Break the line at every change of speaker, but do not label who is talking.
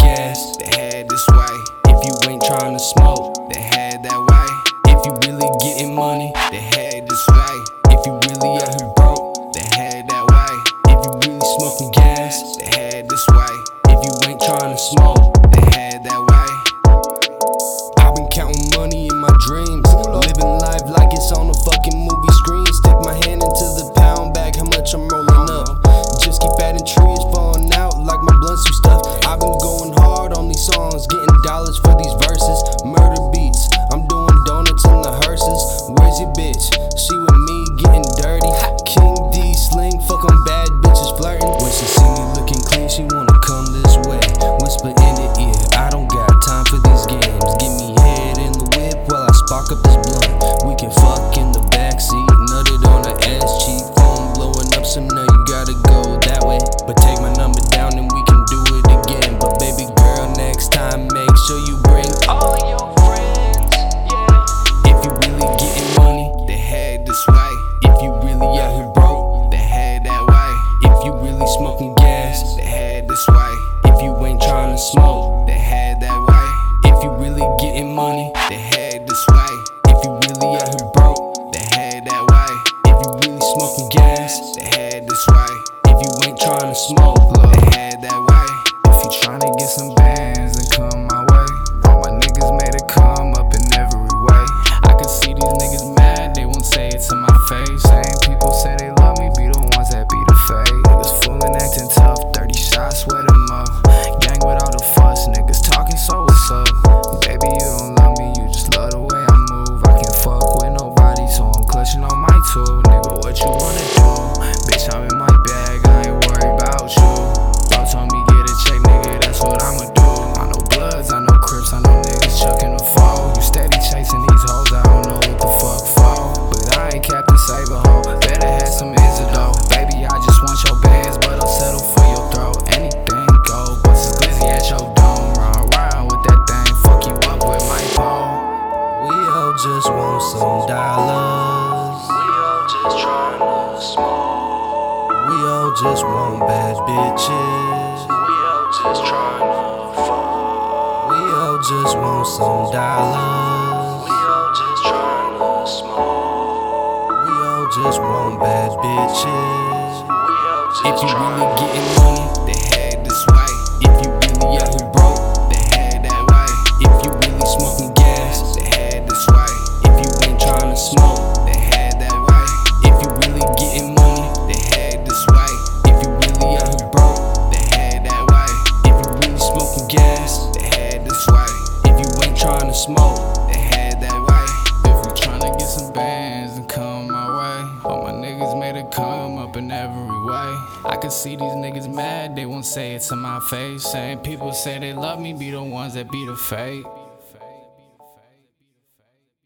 gas, they had this way. If you ain't trying to smoke, they had that way. If you really getting money, they had this way. If you really out here broke, they had that way. If you really smoking gas, they had this way. If you ain't trying to smoke, they had that way. I've been counting money in my dreams, living life like it's on a fucking movie screen. Stick my hand into the pound bag, how much I'm rolling up. Just keep adding trees falling out like my blunts you stuff. I've been going hard on these songs, getting dollars for these verses. Murder beats, I'm doing donuts in the hearses. Where's your bitch? She with me getting dirty. King D sling, fuck on bad bitches flirting. When she see me looking clean, she wanna come this way. Whisper in the ear, I don't got time for these games. Give me head in the whip while I spark up this blunt. We can fuck in the backseat, nutted on her ass cheek. Phone blowing up, so now you gotta go that way. But take my number down and we can do it again. But baby girl, next time make sure you bring all your friends. Yeah. If you really getting money, they had this way. If you really out here broke, they had that way. If you really smoking gas, they had this way. If you ain't trying to smoke, they had that way. If you really getting money, they had this way. If you really out here broke, they had that way. If you really smoking gas, they had this way. If you ain't trying to smoke, look, they had that way.
If you tryna get some bands, then come my way. All my niggas made it come up in every way. I can see these niggas mad, they won't say it to my face. Same people say they love me, be the ones that be the fake. Niggas fooling, acting tough, 30 shots, sweat them up. Gang with all the fuss, niggas talking, so what's up? Baby, you don't love me, you just love the way I move. I can't fuck with nobody, so I'm clutching on my tool. Nigga, what you wanna do? Bitch, I'm in my bag, I ain't worried about you. Bro told me get a check, nigga, that's what I'ma do. I know bloods, I know crips, I know niggas chucking the fall. You steady chasing these hoes, I don't know what the fuck for. But I ain't Captain Saberho, better have some Isidore. Baby, I just want your bands, but I'll settle for your throat. Anything go, but it's glizzy at your dome. Run around with that thing, fuck you up with my phone.
We all just want some dollars. We all just tryna smoke. We all just want bad bitches. We all just tryna fuck. We all just want some dollars. We all just tryna smoke. We all just want bad bitches. We all just if you really getting money, they had this way. If you really out here broke, they had that way. If you really smoking gas, they had this way. If you ain't tryna smoke, they had that way. If you really getting money, they had this way. If you really out here broke, they had that way. If you really smoking gas, they had this way. If you ain't tryna smoke, they had that way.
If you tryna get some bands, then come my way. All my niggas made it come up in every way. I can see these niggas mad, they won't say it to my face. Same people say they love me, be the ones that be the fake.